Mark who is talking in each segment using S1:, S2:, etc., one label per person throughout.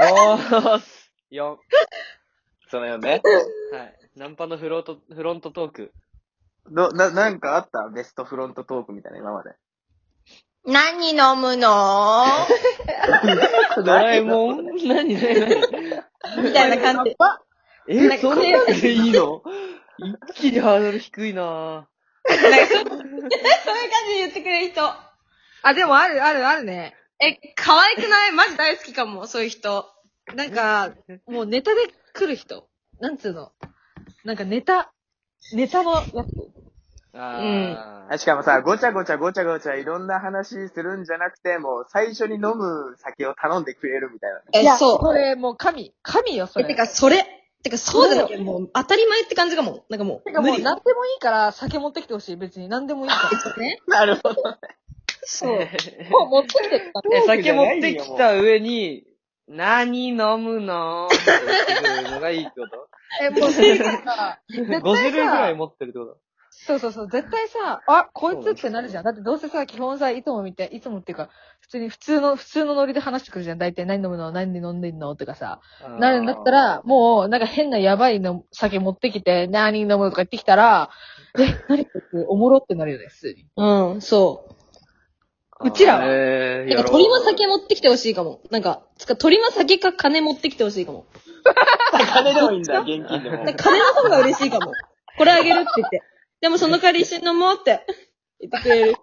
S1: おーす !4。
S2: そのよね。
S1: はい。ナンパのフロート、フロントトーク。
S2: ど、な、なんかあったベストフロントトークみたいな、今まで。
S3: 何飲む の
S1: ドラえもん何何何
S3: みたいな感 じ。
S1: え、そんなやつでいいの一気にハードル低いな
S4: なんかそうそういう
S3: 感じで言ってくれる人。
S4: あ、でもあるあるあるね。
S3: え、可愛くないマジ大好きかも、そういう人。
S4: なんか、もうネタで来る人。なんつうの。なんかネタ、ネタのやつ。
S1: ぁ。あ
S2: あしかもさ、ごちゃごちゃごちゃごちゃいろんな話するんじゃなくて、もう最初に飲む酒を頼んでくれるみたいな。
S3: え
S4: いや、
S3: そう。
S4: これもう神。神よ、そ
S3: え、
S4: れ。
S3: てか、それ。てか、そうじゃなきゃもう、当たり前って感じかも。なんかもう、
S4: てか
S3: 無
S4: もう
S3: 理。
S4: 何でもいいから酒持ってきてほしい。別に何でもいいから。
S3: ね。
S2: なるほど。
S3: そう。
S4: もう持ってきてって感
S1: え、酒持ってきた上に、何飲むのって言ってくるのがいいってこ
S4: じ。え、もうそれだ から、
S1: と ?5
S4: 絶
S1: 種類
S4: 対
S1: ぐらい
S4: さ、
S1: 持ってるってこと
S4: そうそうそう、絶対さ、あ、こいつってなるじゃん。だってどうせさ、基本さ、いつも見て、いつもっていうか、普通に、普通の、普通のノリで話してくるじゃん。大体何飲むの何で飲んでんのとかさ。なるんだったら、もう、なんか変なやばいの酒持ってきて、何飲むとか言ってきたら、え、何これおもろってなるよね、普通に。
S3: うん、そう。
S1: あー、
S4: うちらは
S1: えー
S3: なんか鳥は酒持ってきてほしいかも。なんか、つか鳥は酒か金持ってきてほしいかも。
S2: 金でもいいんだ、現金でも。
S3: なんか金の方が嬉しいかも。これあげるって言って。でもその代わり一緒に飲もうって言ってくれる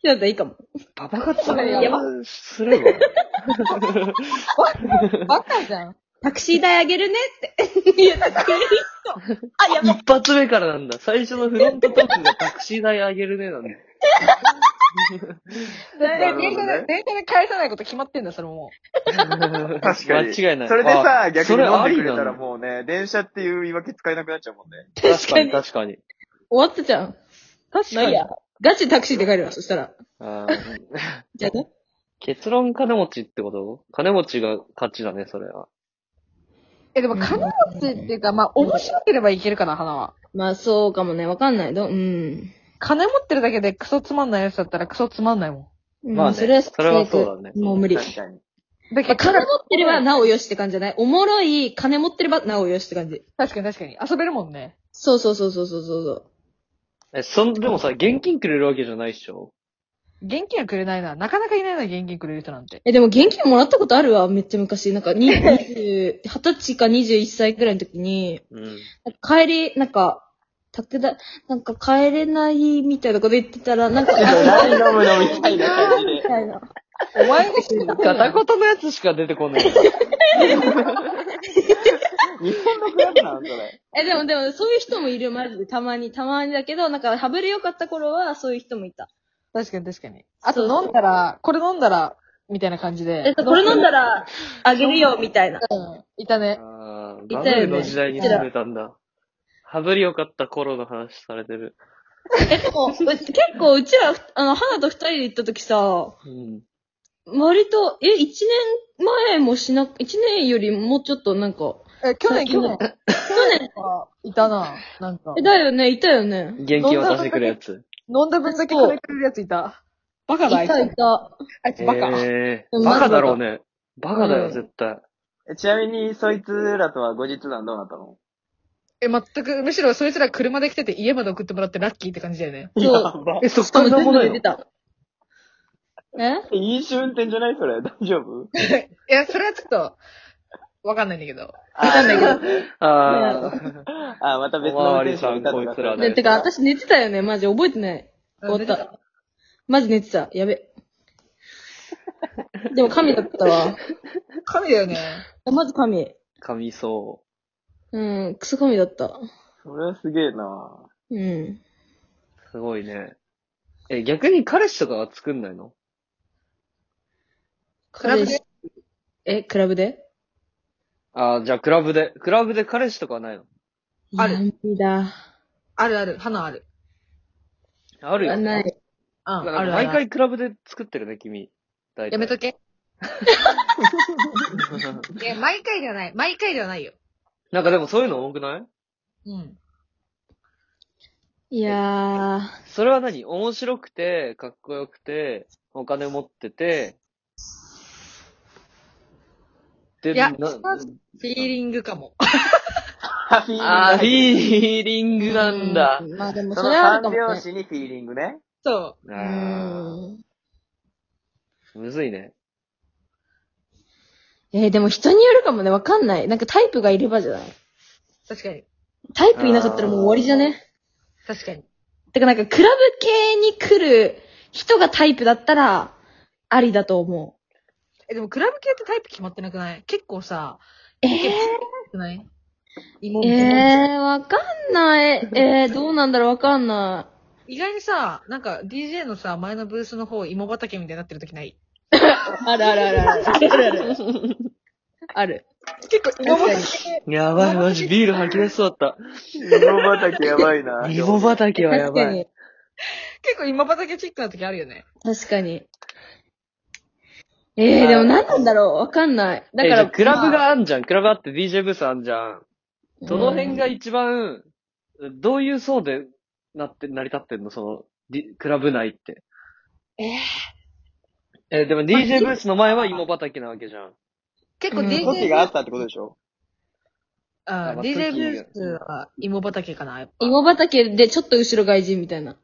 S3: 人だったらいいかも。
S1: パパ活
S4: やば
S1: するわ。
S4: バカじゃん。
S3: タクシー代あげるねって 言ってくれる人。あ、やばい。
S1: 一発目からなんだ。最初のフロントトークがタクシー代あげるねなんだ。
S4: 絶対電車
S2: なる
S4: で、
S2: ほどね
S4: 電車で返さないこと決まってんだ、それも
S2: 確かに。
S1: 間違いない。
S2: それで
S1: あ
S2: さ、逆に飲んでくれ
S1: そ
S2: た
S1: ありな
S2: ら
S1: の
S2: もうね、電車っていう言い訳使えなくなっちゃうもんね。
S1: 確かに、確かに。
S3: 終わったじゃん。
S4: う。確
S3: いや。ガチタクシーで帰るわ、そしたら。
S1: あー
S3: じゃあね。
S1: 結論金持ちってこと金持ちが勝ちだね、それは。
S4: え、でも金持ちっていうか、まあ、面白ければいけるかな、花は。
S3: まあそうかもね、わかんないど、うん。
S4: 金持ってるだけでクソつまんないやつだったらクソつまんないも
S1: まあね
S3: うんそれは
S1: それはそうだね
S3: もう無理。
S2: 確かに。
S4: ん。だけ
S3: まあ
S4: ど、
S3: 金持ってればなおよしって感じじゃないおもろい、金持ってればなおよしって感じ。
S4: 確かに確かに。遊べるもんね。
S3: そうそうそうそうそうそう。
S1: え、そん、でもさ、現金くれるわけじゃないっしょ
S4: 現金はくれないな。なかなかいないな、現金くれる人なんて。
S3: え、でも現金もらったことあるわ、めっちゃ昔。なんか、に20、20歳か21歳くらいの時に、
S1: うん。
S3: なんか帰り、なんか、たくだ、なんか帰れないみたいなこと言ってたら、 なんか、
S2: 何飲むのみたいな感じ
S3: み
S2: で。
S3: たいな。
S4: お前が知 った
S1: 片言のやつしか出てこ ない。
S2: 日本のクラブなんそれ。
S3: え、でもでも、そういう人もいる、マジで。たまに、たまにだけど、なんか、ハブレ良かった頃は、そういう人もいた。
S4: 確かに確かに。あ
S3: そう
S4: と飲んだら、これ飲んだら、みたいな感じ
S3: え、
S4: で。
S3: これ飲んだら、あげるよ、みたいな。
S4: うん。いたね。
S1: ああ、
S3: い
S1: バブ
S3: たよね
S1: ルの時代に住んでたんだ。羽振り良かった頃の話されてる。
S3: え、でも、う結構、うちら、あの、花と二人で行った時さ、
S1: うん。
S3: 割と、え、一年前もしな、一年よりもうちょっとなんか、
S4: え、去
S3: 最
S4: 年、
S3: 近
S4: 去
S3: だ
S4: 年。去年か。いたな。なんか
S3: え、。だよね、いたよね。
S1: 現金渡してくるやつ。
S4: 飲んだ分だけくれてるやついた。バカだ、あ
S3: い
S4: いつ。
S3: たいた。
S4: あいつバカ。
S1: え
S3: う
S1: ー、
S3: ん
S1: バカだろうね。バカだ
S3: う
S1: よ、
S3: ん
S1: 絶対。
S2: えちなみに、そいつらとは後日談どうなったの
S4: え、全く、むしろそいつら車で来てて家まで送ってもらってラッキーって感じだよね。
S3: そう。
S2: ば。
S1: え、そっ
S3: しか
S1: か
S3: も
S1: らなん
S3: 全
S1: も
S3: 部
S1: ない
S3: 出
S1: の
S3: てた。え
S2: 飲酒運転じゃないそれ。大丈夫
S4: いや、それはちょっと、わかんないんだけど。
S2: あ
S4: かんないけど
S2: ど。
S1: あ
S2: あ、また別の運転手がいたとか
S1: おまわりさんこいつらね
S3: ね、てか、私寝てたよね、マジ。覚えてない。終わった。マジ寝てた。やべ。でも神だったわ。
S4: 神だよね。
S3: まず神。
S1: あ、噛みそ
S3: うん、クソ神だった。
S2: それはすげえな
S3: うん。
S1: う。すごいね。え、逆に彼氏とかは作んないの
S4: クラブで
S3: 彼氏え、クラブで
S1: ああ、じゃあクラブで、クラブで彼氏とかはないの
S4: ある
S3: いや無理だ。
S4: あるある、花ある。
S1: あるよ。
S3: あない。
S4: うん、
S1: なんか
S4: あるあ
S1: 毎
S4: る。
S1: 回クラブで作ってるね、君。大体
S4: やめと け。いや、毎回ではない。毎回ではないよ。
S1: なんかでもそういうの多くない
S4: うん。
S3: いやー。
S1: それは何面白くて、かっこよくて、お金持ってて、で、
S4: いや
S1: な
S4: そのフィーリングかも。
S2: あ、フィーリング。
S1: あー、フィーリングなんだ
S3: う。まあでも
S2: そ
S3: そ
S2: の
S3: れはある
S2: 三
S3: かもね。
S2: 拍子にフィーリングね。
S1: あ
S4: そ
S3: うん。
S1: ーむずいね。
S3: えーでも人によるかもね、わかんない。なんかタイプがいればじゃない。
S4: う。確かに。
S3: タイプいなかったらもう終わりじゃね
S4: 確かに。
S3: だからなんかクラブ系に来る人がタイプだったら、ありだと思
S4: え、でもクラブ系ってタイプ決まってなくない結構さ、
S3: う。え
S4: 結構少ない芋
S3: ー、
S4: みたいな。
S3: えー、わかんない。えー、どうなんだろうわかんな
S4: 意外にさ、なんか DJ のさ、前のブースの方、芋畑みたいになってる時ない
S3: い。あるあるあるある。あるある。ある。
S4: 結構芋畑。
S1: やばい、マジビール吐き出しそうだっ
S2: 芋畑やばいな
S1: た。。芋畑はや
S3: 確
S1: ば
S3: か
S1: い。
S3: に。
S4: 結構芋畑チックな時あるよね。
S3: 確かに。えー、でも何なんだろうわかんない。だ
S1: だ
S3: か、
S1: からら、クラブ
S3: まあ、
S1: があんじゃん。クラブあって DJ ブースあんじゃん。どの辺が一番、どういう層でなって、成り立ってんのそのリ、クラブ内って。ええでも DJ ブースの前は芋畑なわけじゃん。
S4: 結構
S3: うん
S4: DJ、
S2: 時があったってことでしょ
S4: あ
S1: まあ
S4: DJ
S1: 時
S4: ブ
S1: に
S4: ースは芋畑かな、やっぱ。
S3: 芋畑でちょっと後ろ外人みたいな。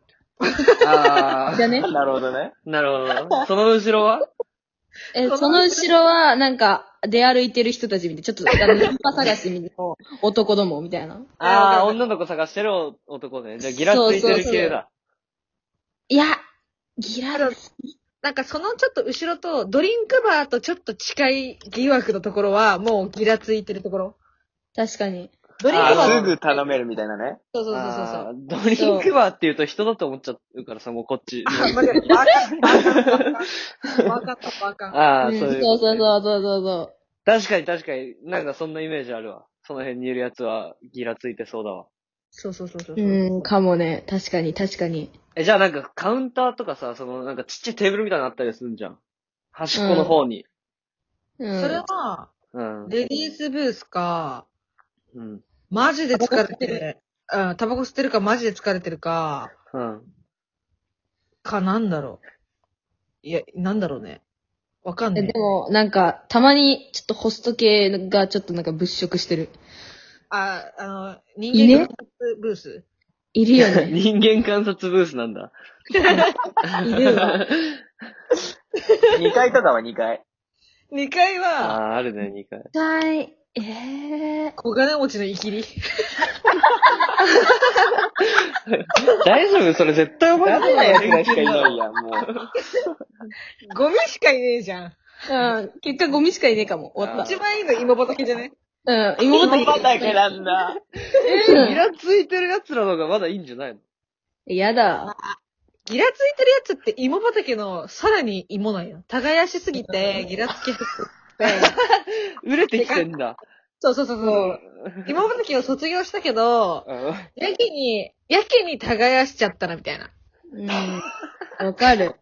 S1: あ
S3: じゃね
S2: なるほどね。
S1: あ。なるほど。その後ろは
S3: え、その後ろは、なんか、出歩いてる人たち見て、ちょっと、あの、ナンパ探し みたいな、男どもみたいな。
S1: ああ、
S4: わかる
S1: 女の子探してる男ね。じゃあギラついてる系だ。
S3: いや、ギラル。
S4: なんかそのちょっと後ろと、ドリンクバーとちょっと近い疑惑のところは、もうギラついてるところ。
S3: 確かに。
S4: ドリンク
S1: あ
S4: バ
S1: ー
S2: あ
S4: ー
S2: すぐ頼めるみたいなね。
S4: そうそうそうそうそう。
S1: あードリンクバーって言うと人だと思っちゃうからさ、もうこっち。
S4: あ、間違えた。バーカン、バーカン、バーカン、バーカン。
S1: ああ、
S3: うん
S1: そういう
S3: そ
S1: こ
S3: うそ
S1: と
S3: う
S1: ね、
S3: そうそうそうそう。
S1: 確かに確かに、なんかそんなイメージあるわ。その辺にいるやつはギラついてそうだわ。
S4: そうそうそうそう。
S3: うん、かもね。確かに、確かに。
S1: え、じゃあなんかカウンターとかさ、そのなんかちっちゃいテーブルみたいなのあったりするんじゃん。端っこの方に。
S3: うん。
S4: それは、
S1: うん。うん。
S4: レディースブースか、マジで疲れてる。うん、タバコ吸ってるか、マジで疲れてるか、
S1: うん。
S4: か、なんだろう。いや、なんだろうね。わかんな
S3: え
S4: い
S3: で。も、なんか、たまに、ちょっとホスト系がちょっとなんか物色してる。
S4: あ、あの、
S3: い
S4: 人
S3: ね
S4: 間ブース
S3: いる よね。
S1: 人間観察ブースなんだ。
S3: いるわ。
S2: 2階とかは2階。
S4: ?2 階
S1: あ
S4: は、
S1: あ、あるね、2回。
S3: はい。ええ
S4: 小金持ちのイキリ。
S1: 大丈夫それ絶対お前
S2: ダ
S1: のこ
S2: メ
S1: と
S2: な
S1: だよ
S2: やつらしかいないやん、もう。
S4: ゴミしかいねえじゃん。
S3: うん。結果ゴミしかいねえかも。終わっ
S4: 一番いいの芋畑じゃね
S3: た。うん。妹
S2: 芋畑なんだ。
S1: ギラついてる奴らの方がまだいいんじゃないの
S3: やだ。
S4: ギラついてるやつって芋畑のさらに芋なんや。耕しすぎて、ギラつけすぎて。
S1: 売れてきてんだ。
S4: そうそうそうそう。芋畑を卒業したけど、
S1: うん
S4: やけに、やけに耕しちゃったな、みたいな。
S3: うん。わかる。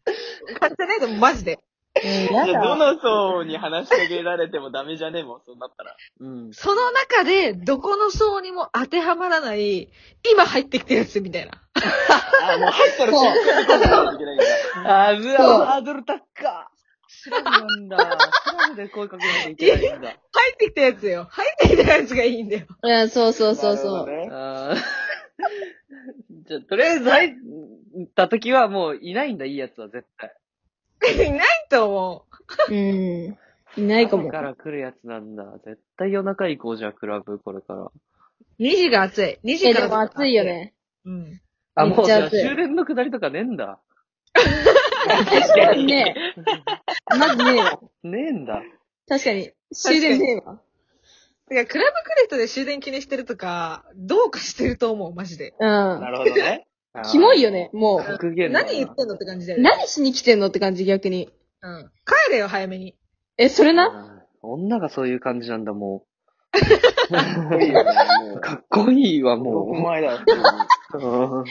S4: 感じないでもマジで。
S3: うん、や
S2: じゃあど
S3: だ。
S2: の層に話しかけられてもダメじゃねえもん、そうなったら。
S1: うん。
S4: その中で、どこの層にも当てはまらない、今入ってきたやつ、みたいな。
S2: あ、もう入ったら
S3: そう
S2: 瞬間に来ないといけないんだ。
S1: あー、う
S3: そう
S1: わ、ハードル高っ。シラフなんだ。シラフで声かけなきゃいけないんだ。
S4: 入ってきたやつよ。入ってきたやつがいいんだよ。
S3: うん、そうそうそう
S2: なる
S3: そ
S2: ほど
S3: う。
S2: ね
S1: あー じゃあ、とりあえず入った時はもういないんだ、いいやつは絶対。
S4: い ないと思
S3: う
S4: う。
S3: ん。いないかも
S1: 朝。から来るやつなんだ。絶対夜中行こうじゃあ、クラブ、これから。
S4: 2時が暑い。2時
S3: え、
S4: か
S3: で
S4: ら。
S3: も暑いよ。ね。
S4: うん。
S1: あ、
S3: めっ
S1: もう
S3: ち
S1: じ
S3: ゃ
S1: ゃあ
S3: 暑い
S1: 終電の下りとかねえんだ。
S3: 確かにね。マジねえわ。
S1: ねえんだ。
S3: 確かに。終電ねえわ。
S4: いや、クラブ来る人で終電気にしてるとか、どうかしてると思う、マジで。
S3: う
S2: るほどね。
S1: あ
S3: ん。
S1: ー
S3: キモいよ。ね、もう。
S1: 格言だな
S4: 何言ってんのって感じだよね。
S3: 何しに来てんのって感じ、逆に。
S4: うん。帰れよ、早めに。
S3: え、それな
S1: うん女がそういう感じなんだ、も
S2: いいよね
S1: う。かっこいいわ、
S2: もう。お
S1: も
S2: 前だ。
S1: ううん。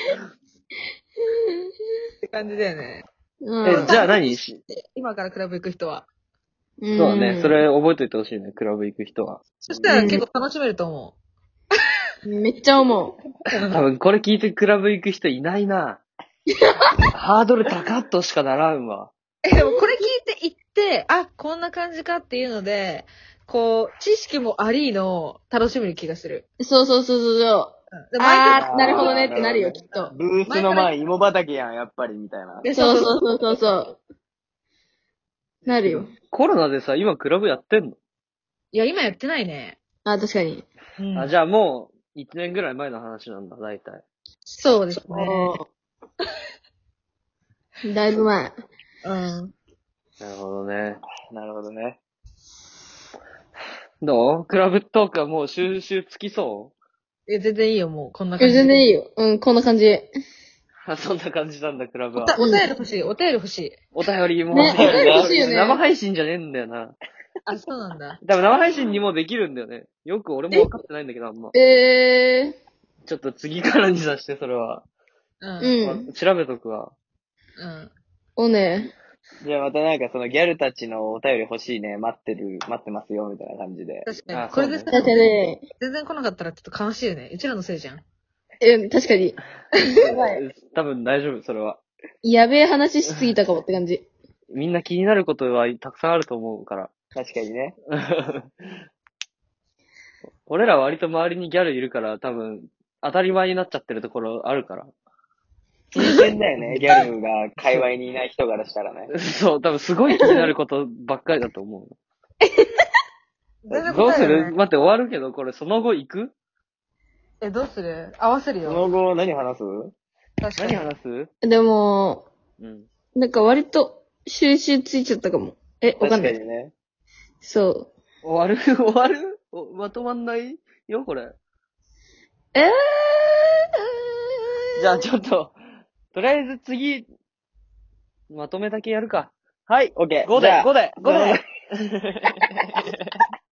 S4: って感じだよね。
S3: うん。
S1: え、じゃあ何し
S4: 今からクラブ行く人は。
S3: うん
S1: そうだね。そ。れ覚えといてほしいね、クラブ行く人は。
S4: そしたら結構楽しめると思
S3: めっちゃ思う。
S1: 多分これ聞いてクラブ行く人いない な。ハードル高っとしかならんわ。
S4: う。え、でもこれ聞いて行って、あ、こんな感じかっていうので、こう、知識もありの楽しみに気がする。
S3: そうそうそうそうそう。
S4: うんで前から
S3: あー、なるほどねってなるよ、きっと。
S2: ブースの前、芋畑やん、やっぱり、みたいな。
S4: で
S3: そうそうそうそうそう。なるよ。
S1: コロナでさ、今クラブやってんの、
S4: いや、今やってないね。
S3: あ、確かに。
S4: うん
S1: あ、じゃあもう、1年ぐらい前の話なんだ、大体。
S4: そうですね。
S3: だいぶ前。
S4: うん。
S1: なるほどね。
S2: なるほどね。
S1: どうクラブトークはもう収集つきそ
S4: え、全然いいよ、もう、こんな感じ。
S3: 全然
S4: い。
S3: いいよ。うん、こんな感じ。
S1: う あそんな感じなんだ、クラブ
S4: お
S1: は。
S4: たお便り欲しい、お便り欲しい。
S1: お便りも、
S3: ね
S1: お便りが
S3: 欲しいよね
S1: 生配信じゃねえんだよな。
S4: あ、そうなんだ。
S1: 多分生配信にもできるんだよね。よく俺も分かってないんだけど、あんま。
S3: え
S1: ちょっと次からにさして、それは。
S4: う
S3: ー、
S4: ん。
S1: ま
S3: うん。
S1: あ調べとくわ。
S4: うん。
S3: おね。
S2: じゃあまたなんかそのギャルたちのお便り欲しいね、待ってる、待ってますよ、みたいな感じで。
S4: 確か
S1: あ
S4: に。これでさ、
S1: そう
S3: 確かに。
S4: 全然来なかったらちょっと悲しいよね。うちらのせいじゃん。
S3: え、確かに。
S1: 多分大丈夫、それは。
S3: やべえ話しすぎたかもって感じ。
S1: みんな気になることはたくさんあると思うから。
S2: 確かにね。
S1: 俺ら割と周りにギャルいるから、多分、当たり前になっちゃってるところあるから。
S2: 新鮮だ よね、ギャルが界隈にいない人からしたらね。
S1: そう、多分すごい気になることばっかりだと思う。
S4: 全然
S1: どう
S4: 答
S1: す
S4: え
S1: る
S4: ない。
S1: 待って、終わるけど、これその後行く
S4: え、どうする合わせる
S2: そ
S4: よ。
S2: の後何話す
S4: 確か
S1: 何
S4: に。
S1: 話す
S3: でも、
S1: うん。
S3: なんか割と収集ついちゃったかも。え、わか
S2: 確
S3: ん
S2: か
S3: ない。
S2: にね。
S3: そう。
S1: 終わる 終わるおまとまんないよ、これ。
S3: えー、
S1: じゃあちょっと、とりあえず次、まとめだけやるか。はい。
S2: オッケー。
S1: 5
S2: じ
S1: で、
S2: ゃあ
S1: 5で、5で。